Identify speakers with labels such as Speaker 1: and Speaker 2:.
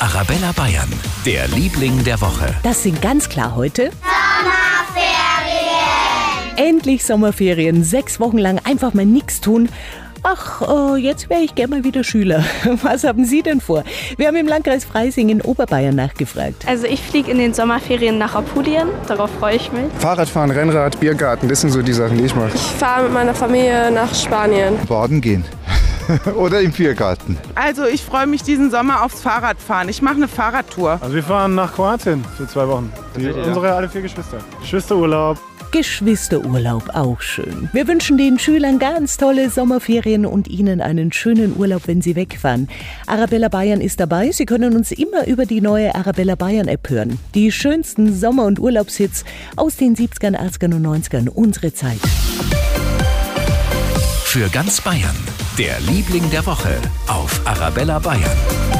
Speaker 1: Arabella Bayern, der Liebling der Woche.
Speaker 2: Das sind ganz klar heute
Speaker 3: Sommerferien.
Speaker 2: endlich Sommerferien. Sechs Wochen lang einfach mal nichts tun. Ach, äh, jetzt wäre ich gerne mal wieder Schüler. Was haben Sie denn vor? Wir haben im Landkreis Freising in Oberbayern nachgefragt.
Speaker 4: Also ich fliege in den Sommerferien nach Apulien, darauf freue ich mich.
Speaker 5: Fahrradfahren, Rennrad, Biergarten, das sind so die Sachen, die ich mache.
Speaker 6: Ich fahre mit meiner Familie nach Spanien.
Speaker 7: baden gehen oder im Biergarten.
Speaker 8: Also ich freue mich diesen Sommer aufs Fahrradfahren. Ich mache eine Fahrradtour.
Speaker 9: Also wir fahren nach Kroatien für zwei Wochen. Die, unsere alle vier Geschwister. Geschwisterurlaub.
Speaker 2: Geschwisterurlaub auch schön. Wir wünschen den Schülern ganz tolle Sommerferien und Ihnen einen schönen Urlaub, wenn Sie wegfahren. Arabella Bayern ist dabei. Sie können uns immer über die neue Arabella Bayern App hören. Die schönsten Sommer- und Urlaubshits aus den 70ern, 80ern und 90ern. Unsere Zeit.
Speaker 1: Für ganz Bayern, der Liebling der Woche auf Arabella Bayern.